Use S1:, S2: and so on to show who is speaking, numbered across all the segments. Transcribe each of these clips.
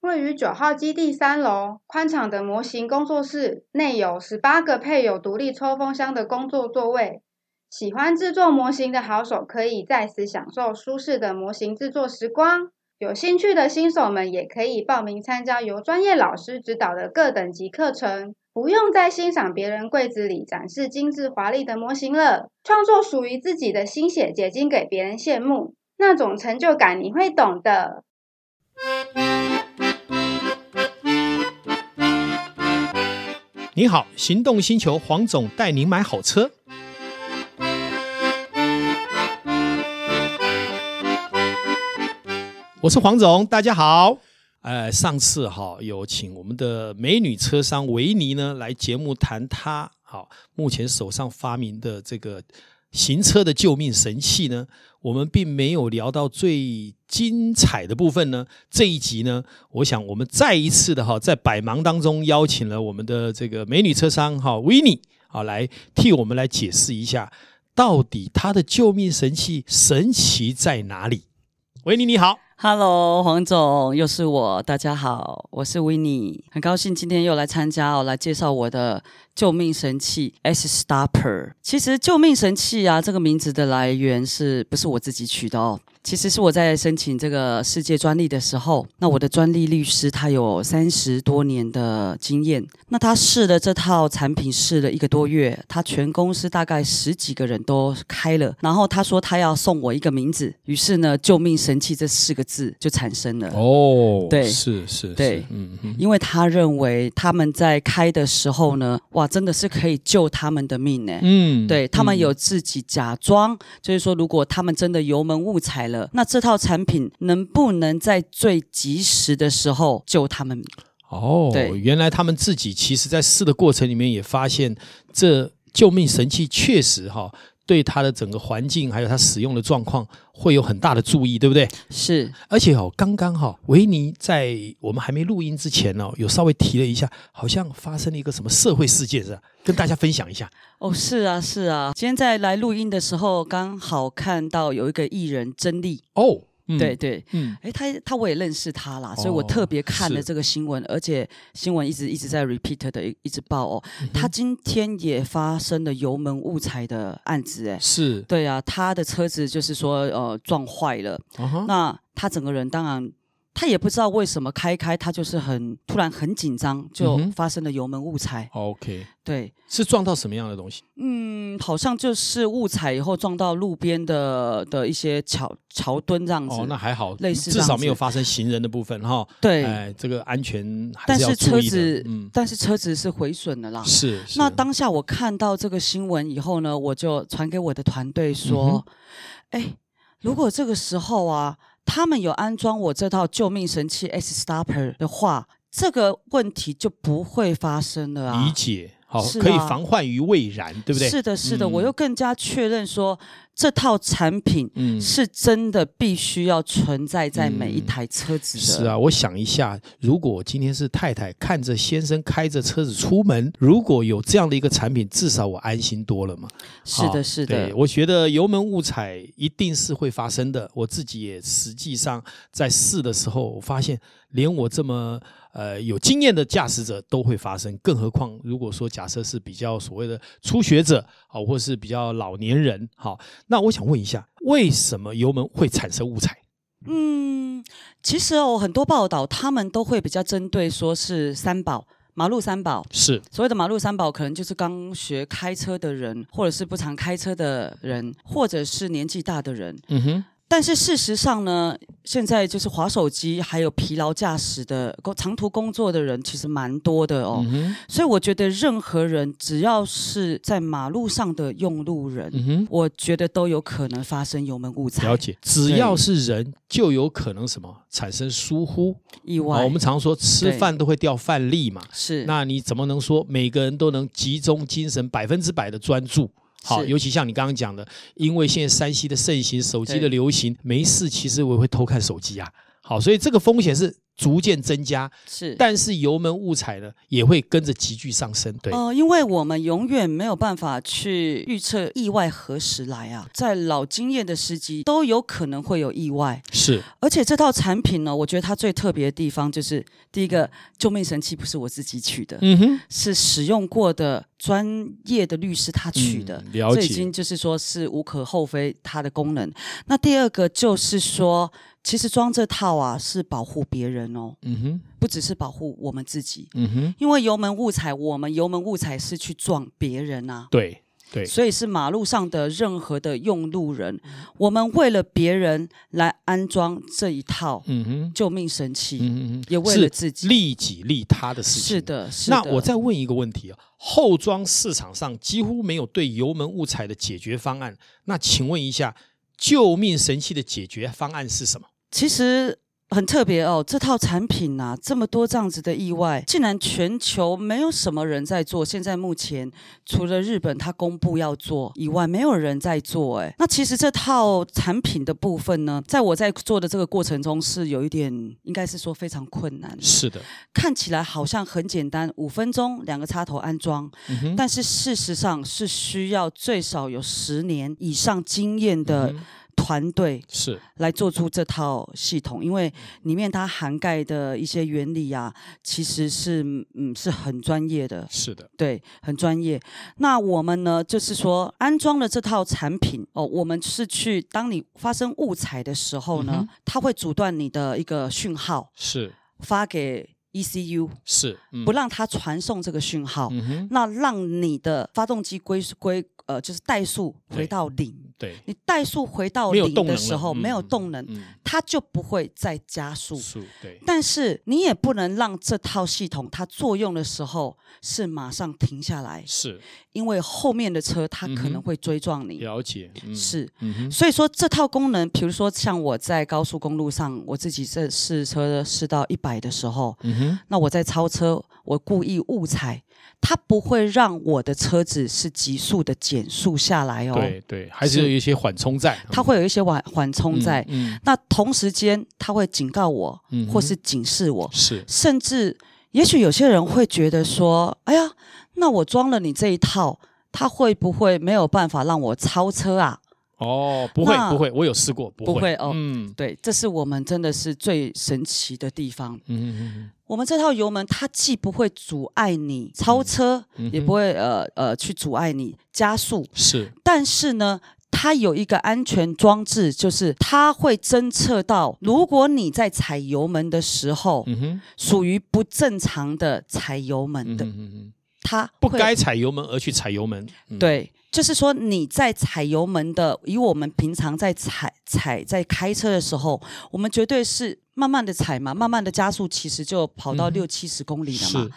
S1: 位于九号基地三楼宽敞的模型工作室，内有十八个配有独立抽风箱的工作座位。喜欢制作模型的好手可以在此享受舒适的模型制作时光。有兴趣的新手们也可以报名参加由专业老师指导的各等级课程，不用再欣赏别人柜子里展示精致华丽的模型了，创作属于自己的心血结晶给别人羡慕，那种成就感你会懂的。
S2: 你好，行动星球黄总带您买好车。我是黄总，大家好。呃，上次哈、有请我们的美女车商维尼呢来节目谈她好、目前手上发明的这个行车的救命神器呢，我们并没有聊到最精彩的部分呢。这一集呢，我想我们再一次的哈，在百忙当中邀请了我们的这个美女车商哈维尼啊，来替我们来解释一下，到底她的救命神器神奇在哪里？维尼你好，
S3: Hello，黄总，又是我，大家好，我是维尼，很高兴今天又来参加哦，来介绍我的救命神器 S Stopper。其实救命神器啊，这个名字的来源是不是我自己取的哦？其实是我在申请这个世界专利的时候，那我的专利律师他有三十多年的经验，那他试了这套产品试了一个多月，他全公司大概十几个人都开了，然后他说他要送我一个名字，于是呢，救命神器这四个字就产生了。
S2: 哦
S3: 对
S2: 是是，
S3: 对
S2: 是嗯嗯，
S3: 因为他认为他们在开的时候呢，哇，真的是可以救他们的命呢、
S2: 嗯
S3: 对他们
S2: 嗯
S3: 有自己假装，就是说，如果他们真的油门误踩了，那这套产品能不能在最及时的时候救他们？
S2: 哦，
S3: 对
S2: 原来他们自己其实在试的过程里面也发现，这救命神器确实哈、对它的整个环境还有它使用的状况会有很大的注意，对不对？
S3: 是
S2: 而且哦，刚刚哈、维尼在我们还没录音之前哦，有稍微提了一下，好像发生了一个什么社会事件是吧？跟大家分享一下。
S3: 哦，是啊，是啊。今天在来录音的时候，刚好看到有一个艺人曾丽，
S2: 哦，嗯
S3: 对，对。
S2: 嗯，
S3: 哎，他他我也认识他啦，所以
S2: 哦
S3: 我特别看了
S2: 是
S3: 这个新闻，而且新闻一直一直在 repeat 的一一直报哦。
S2: 嗯
S3: 他今天也发生了油门误踩的案子，哎，
S2: 是，
S3: 对啊，他的车子就是说呃撞坏了，
S2: 啊哈，
S3: 那他整个人当然。他也不知道为什么开一开，他就是很突然很紧张，就
S2: 嗯哼
S3: 发生了油门误踩。
S2: OK，
S3: 对，
S2: 是撞到什么样的东西？
S3: 嗯，好像就是误踩以后撞到路边的的一些桥桥墩这样子。
S2: 哦，那还好，
S3: 类似
S2: 至
S3: 这
S2: 少
S3: 样
S2: 没有
S3: 子
S2: 发生行人的部分哈、
S3: 对，
S2: 哎，这个安全还
S3: 但
S2: 是要
S3: 是
S2: 注
S3: 车
S2: 意的。
S3: 子，
S2: 嗯，
S3: 但是车子是毁损的啦。
S2: 是。是
S3: 那当下我看到这个新闻以后呢，我就传给我的团队
S2: 嗯
S3: 说：“哎、如果这个时候啊，他们有安装我这套救命神器 S Stopper 的话，这个问题就不会发生了啊。”
S2: 理解，好，
S3: 是
S2: 可以
S3: 啊
S2: 防患于未然，对不对？
S3: 是的，是的，
S2: 嗯
S3: 我又更加确认说，这套产品
S2: 嗯，
S3: 是真的必须要存在在每一
S2: 嗯
S3: 台车子的。
S2: 是啊，我想一下，如果今天是太太看着先生开着车子出门，如果有这样的一个产品，至少我安心多了嘛。
S3: 是
S2: 好
S3: 的，是的
S2: 对，，我觉得油门误踩一定是会发生的。我自己也实际上在试的时候，我发现连我这么呃有经验的驾驶者都会发生，更何况如果说假设是比较所谓的初学者啊、或是比较老年人，好、那我想问一下，为什么油门会产生误踩？
S3: 嗯，其实哦，很多报道他们都会比较针对说是三宝，马路三宝。
S2: 是
S3: 所谓的马路三宝，可能就是刚学开车的人，或者是不常开车的人，或者是年纪大的人。
S2: 嗯哼，
S3: 但是事实上呢，现在就是滑手机，还有疲劳驾驶的工长途工作的人，其实蛮多的哦。
S2: 嗯哼，
S3: 所以我觉得任何人只要是在马路上的用路人，
S2: 嗯哼。
S3: 我觉得都有可能发生油门误踩、
S2: 了解，只要是人，就有可能什么产生疏忽。
S3: 意外。
S2: 啊，我们常说吃
S3: 对
S2: 饭都会掉饭粒嘛，
S3: 是
S2: 那你怎么能说每个人都能集中精神百分之百的专注？好，
S3: 是
S2: 尤其像你刚刚讲的，因为现在山西的盛行，手机
S3: 对
S2: 的流行，没事其实我也会偷看手机啊。好，所以这个风险是逐渐增加，
S3: 是，
S2: 但是油门误踩呢也会跟着急剧上升。对，
S3: 呃，因为我们永远没有办法去预测意外何时来啊，在老经验的司机都有可能会有意外，
S2: 是
S3: 而且这套产品呢，我觉得它最特别的地方就是，第一个救命神器不是我自己取的，
S2: 嗯哼，
S3: 是使用过的专业的律师他取的，
S2: 嗯了解
S3: 这已经就是说是无可厚非它的功能。那第二个就是说，其实装这套啊是保护别人哦，
S2: 嗯哼，
S3: 不只是保护我们自己，
S2: 嗯哼，
S3: 因为油门误踩，我们油门误踩是去撞别人啊。
S2: 对对，
S3: 所以是马路上的任何的用路人，我们为了别人来安装这一套
S2: 嗯哼，
S3: 救命神器，
S2: 嗯哼，嗯哼
S3: 也为了自己
S2: 是利己利他的事情。
S3: 是。的，是
S2: 那
S3: 的
S2: 我再问一个问题啊，后装市场上几乎没有对油门误踩的解决方案，那请问一下，救命神器的解决方案是什么？
S3: 其实很特别哦，这套产品啊，这么多这样子的意外，竟然全球没有什么人在做。现在目前除了日本它公布要做以外，没有人在做。哎，那其实这套产品的部分呢，在我在做的这个过程中是有一点，应该是说非常困难。
S2: 是的，
S3: 看起来好像很简单，五分钟两个插头安装，
S2: 嗯哼，
S3: 但是事实上是需要最少有十年以上经验的
S2: 嗯哼
S3: 团队
S2: 是
S3: 来做出这套系统，因为里面它涵盖的一些原理啊，其实是嗯是很专业的，
S2: 是的，
S3: 对，很专业。那我们呢，就是说安装了这套产品哦，我们是去当你发生误踩的时候呢，
S2: 嗯哼
S3: 它会阻断你的一个讯号
S2: 是
S3: 发给 ECU，
S2: 是，嗯
S3: 不让它传送这个讯号，
S2: 嗯哼，
S3: 那让你的发动机归归呃就是怠速
S2: 对
S3: 回到零。
S2: 对，
S3: 你怠速回到
S2: 没有
S3: 零
S2: 动能
S3: 的
S2: 了
S3: 时候，
S2: 嗯
S3: 没有
S2: 嗯
S3: 动能，
S2: 嗯，
S3: 它就不会再加速。
S2: 数对，
S3: 但是你也不能让这套系统它作用的时候是马上停下来，
S2: 是
S3: 因为后面的车它可
S2: 嗯哼
S3: 能会追撞你。
S2: 了解，嗯，
S3: 是，
S2: 嗯哼，
S3: 所以说这套功能，比如说像我在高速公路上，我自己这试车试到一百的时候，
S2: 嗯哼，
S3: 那我在超车，我故意误踩，它不会让我的车子是急速的减速下来哦，
S2: 对对，还是有
S3: 是
S2: 一些缓冲在，
S3: 它会有一些缓缓冲
S2: 嗯
S3: 在。
S2: 嗯，
S3: 那同时间，它会警告我，
S2: 嗯
S3: 或
S2: 哼
S3: 是警示我，
S2: 是
S3: 甚至也许有些人会觉得说：“哎呀，那我装了你这一套，它会不会没有办法让我超车啊
S2: 哦，不会
S3: 那
S2: 不会，我有试过，不
S3: 不
S2: 会
S3: 会哦
S2: 嗯？”
S3: 对，这是我们真的是最神奇的地方。
S2: 嗯哼嗯哼
S3: 我们这套油门，它既不会阻碍你超车，
S2: 嗯
S3: 也
S2: 哼
S3: 不会呃呃去阻碍你加速，
S2: 是
S3: 但是呢。它有一个安全装置，就是它会侦测到，如果你在踩油门的时候，
S2: 嗯哼
S3: 属于不正常的踩油门
S2: 嗯
S3: 的，
S2: 哼嗯哼，
S3: 它
S2: 不
S3: 会
S2: 该踩油门而去踩油门，嗯，
S3: 对，就是说你在踩油门的，以我们平常在踩踩在开车的时候，我们绝对是慢慢的踩嘛，慢慢的加速，其实就跑到
S2: 嗯哼
S3: 六七十公里了嘛。
S2: 是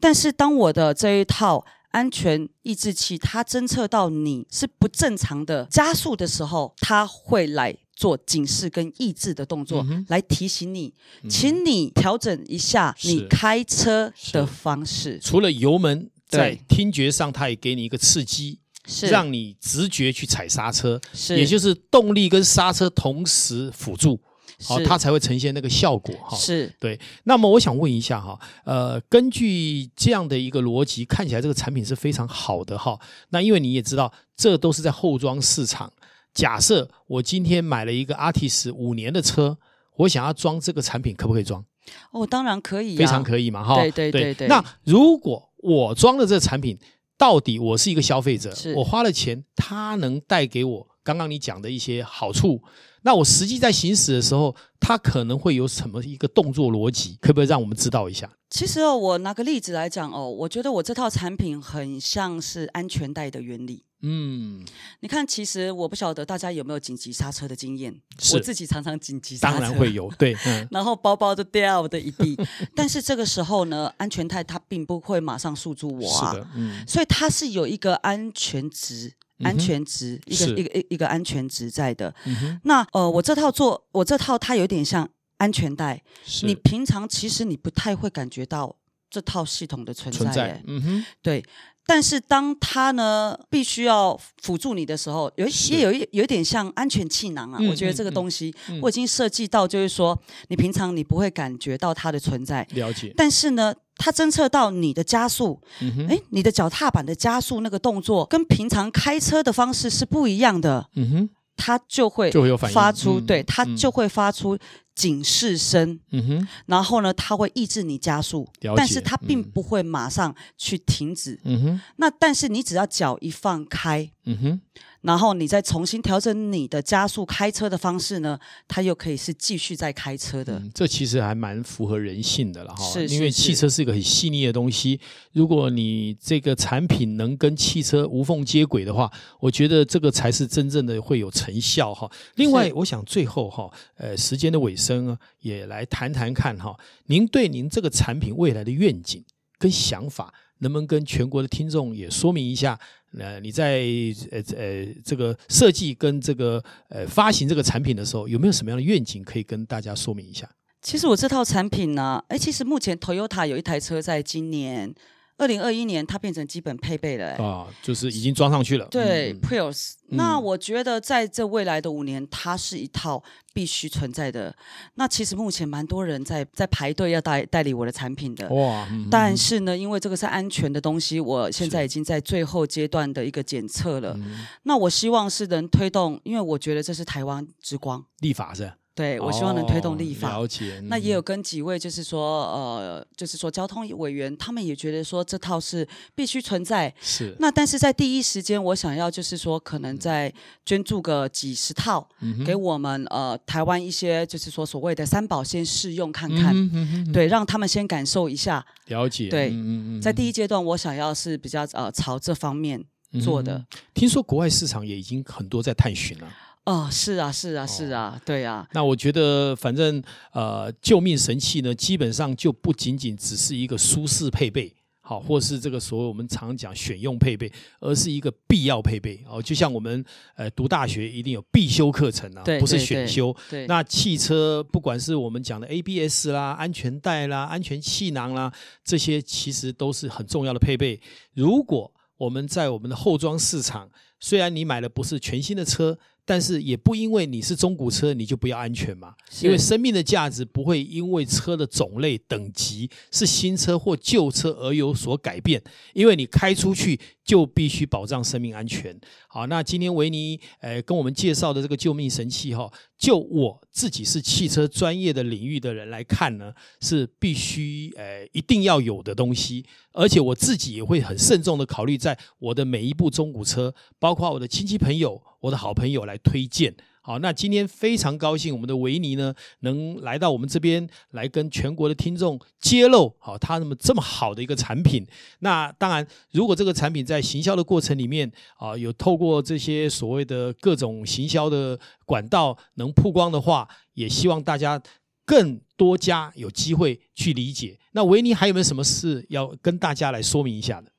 S3: 但是当我的这一套安全抑制器，它侦测到你是不正常的加速的时候，它会来。做警示跟抑制的动作，
S2: 嗯哼嗯
S3: 来提醒你，请你调整一下你
S2: 是
S3: 开车
S2: 是
S3: 的方式，
S2: 除了油门。在
S3: 对
S2: 听觉上，它也给你一个刺激，
S3: 是
S2: 让你直觉去踩刹车，
S3: 是
S2: 也就是动力跟刹车同时辅助，好、
S3: 是
S2: 它才会呈现那个效果哈。
S3: 是
S2: 对，那么我想问一下哈，呃，根据这样的一个逻辑，看起来这个产品是非常好的哈。那因为你也知道，这都是在后装市场。假设我今天买了一个 Artis 五年的车，我想要装这个产品，可不可以装？
S3: 哦，当然可以、啊，
S2: 非常可以嘛哈。
S3: 对对对对
S2: 那如果我装了这个产品，到底我是一个消费者
S3: 是，
S2: 我花了钱，它能带给我刚刚你讲的一些好处，那我实际在行驶的时候，它可能会有什么一个动作逻辑？可不可以让我们知道一下？
S3: 其实哦，我拿个例子来讲哦，我觉得我这套产品很像是安全带的原理。
S2: 嗯，
S3: 你看，其实我不晓得大家有没有紧急刹车的经验，
S2: 是
S3: 我自己常常紧急刹车，
S2: 当然会。有，对， 嗯，
S3: 然后包包都掉的一地， 但是这个时候呢，安全带它并不会马上束住我
S2: 是
S3: 啊，
S2: 的，嗯，
S3: 所以它是有一个安全值，
S2: 嗯哼
S3: 安全值、一个
S2: 是
S3: 一个一一个安全值在的。
S2: 嗯哼，
S3: 那呃，我这套做我这套它有点像安全带，
S2: 是
S3: 你平常其实你不太会感觉到这套系统的存在耶。
S2: 存在，嗯哼，
S3: 对，但是当它呢必须要辅助你的时候，有一
S2: 是
S3: 也有一有一点像安全气囊啊。
S2: 嗯
S3: 我觉得这个
S2: 嗯
S3: 东西、
S2: 嗯
S3: 我已经设计到，就是说你平常你不会感觉到它的存在，
S2: 了解，
S3: 但是呢，它侦测到你的加速，
S2: 嗯哼，
S3: 哎，你的脚踏板的加速那个动作跟平常开车的方式是不一样的，
S2: 嗯哼，
S3: 它就会
S2: 就会有反应，
S3: 发出，
S2: 嗯
S3: 对，它就，会发出警示声，
S2: 嗯嗯哼，
S3: 然后呢，它会抑制你加速
S2: 了解，
S3: 但是它并
S2: 嗯
S3: 不会马上去停止。
S2: 嗯哼，
S3: 那但是你只要脚一放开，
S2: 嗯哼，
S3: 然后你再重新调整你的加速开车的方式呢，它又可以是继续在开车的。
S2: 嗯，这其实还蛮符合人性的了哈。
S3: 是
S2: 因为
S3: 是
S2: 汽
S3: 是
S2: 车是一个很细腻的东西，如果你这个产品能跟汽车无缝接轨的话，我觉得这个才是真正的会有成效哈。另外，我想最后哈，呃，时间的尾声啊，也来谈谈看哈，您对您这个产品未来的愿景跟想法。能不能跟全国的听众也说明一下？呃，你在呃呃这个设计跟这个呃发行这个产品的时候，有没有什么样的愿景可以跟大家说明一下？
S3: 其实我这套产品呢，哎，其实目前 Toyota 有一台车在今年二零二一年它变成基本配备了。诶
S2: 啊，就是已经装上去了。
S3: 对、
S2: 嗯
S3: p r i u s
S2: 嗯
S3: 那我觉得在这未来的五年，它是一套必须存在的。那其实目前蛮多人在在排队要代代理我的产品的
S2: 嗯，哇，嗯
S3: 但是呢，因为这个是安全的东西，我现在已经在最后阶段的一个检测了。
S2: 嗯
S3: 那我希望是能推动，因为我觉得这是台湾之光，
S2: 立法是吧，
S3: 对我希望能推动立
S2: 哦
S3: 法。
S2: 了解，
S3: 那也有
S2: 嗯
S3: 跟几位就是说，呃，就是说交通委员，他们也觉得说这套是必须存在。
S2: 是
S3: 那但是在第一时间，我想要就是说，可能再捐助个几十套
S2: 嗯哼
S3: 给我们呃台湾一些就是说所谓的三宝先试用看
S2: 嗯
S3: 看，
S2: 哼嗯哼嗯哼
S3: 对，让他们先感受一下。
S2: 了解，
S3: 对
S2: 嗯嗯嗯
S3: 在第一阶段，我想要是比较呃朝这方面做。
S2: 嗯嗯
S3: 的。
S2: 听说国外市场也已经很多在探寻了。
S3: 哦，是啊，是啊，是
S2: 哦
S3: 啊，对啊，
S2: 那我觉得，反正呃，救命神器呢，基本上就不仅仅只是一个舒适配备。好，或是这个所谓我们常讲选用配备，而是一个必要配备哦。就像我们呃读大学一定有必修课程啊，
S3: 对
S2: 不是
S3: 对
S2: 选
S3: 对
S2: 修。
S3: 对，
S2: 那汽车不管是我们讲的 ABS 啦、安全带啦、安全气囊啦，这些其实都是很重要的配备。如果我们在我们的后装市场，虽然你买的不是全新的车，但是也不因为你是中古车你就不要安全嘛，
S3: 是
S2: 因为生命的价值不会因为车的种类、等级是新车或旧车而有所改变，因为你开出去就必须保障生命安全。好，那今天维尼呃跟我们介绍的这个救命神器哈、就我自己是汽车专业的领域的人来看呢，是必须呃一定要有的东西，而且我自己也会很慎重的考虑，在我的每一部中古车，包括我的亲戚朋友、我的好朋友来推荐。好，那今天非常高兴，我们的维尼呢能来到我们这边来跟全国的听众揭露，好，他那么这么好的一个产品。那当然，如果这个产品在行销的过程里面啊，有透过这些所谓的各种行销的管道能曝光的话，也希望大家更多家有机会去理解。那维尼还有没有什么事要跟大家来说明一下的？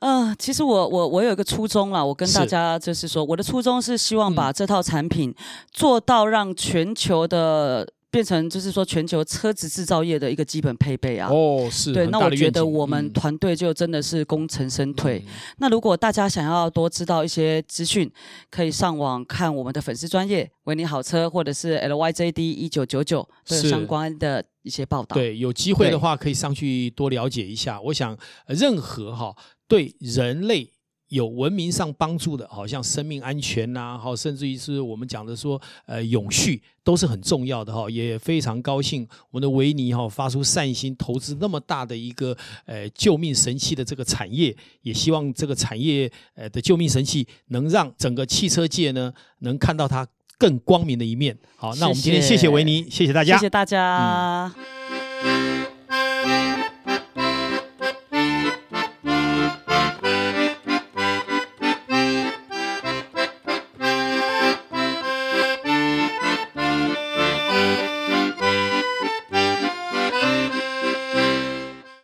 S3: 呃，其实我我我有一个初衷啦，我跟大
S2: 是嗯
S3: 家就是说，我的初衷是希望把这套产品做到让全球的变成就是说全球车子制造业的一个基本配备啊。
S2: 哦，是
S3: 对，
S2: 很
S3: 那
S2: 大
S3: 我
S2: 的
S3: 觉
S2: 愿
S3: 得
S2: 景
S3: 我们
S2: 嗯
S3: 团队就真的是功成身退。
S2: 嗯
S3: 那如果大家想要多知道一些资讯，可以上网看我们的粉丝专业“维尼好车”或者是 “LYJD 一九九九”都有
S2: 是
S3: 相关的一些报道。
S2: 对，有机会的
S3: 对
S2: 话可以上去多了解一下。我想，呃任何哈、对人类有文明上帮助的，好像生命安全呐、好，甚至于是我们讲的说，呃，永续都是很重要的哈、也非常高兴，我们的维尼哈、发出善心，投资那么大的一个呃救命神器的这个产业，也希望这个产业呃的救命神器能让整个汽车界呢能看到它更光明的一面。好，那我们今天谢
S3: 谢
S2: 谢
S3: 谢
S2: 维尼，谢谢大家，
S3: 谢谢大家。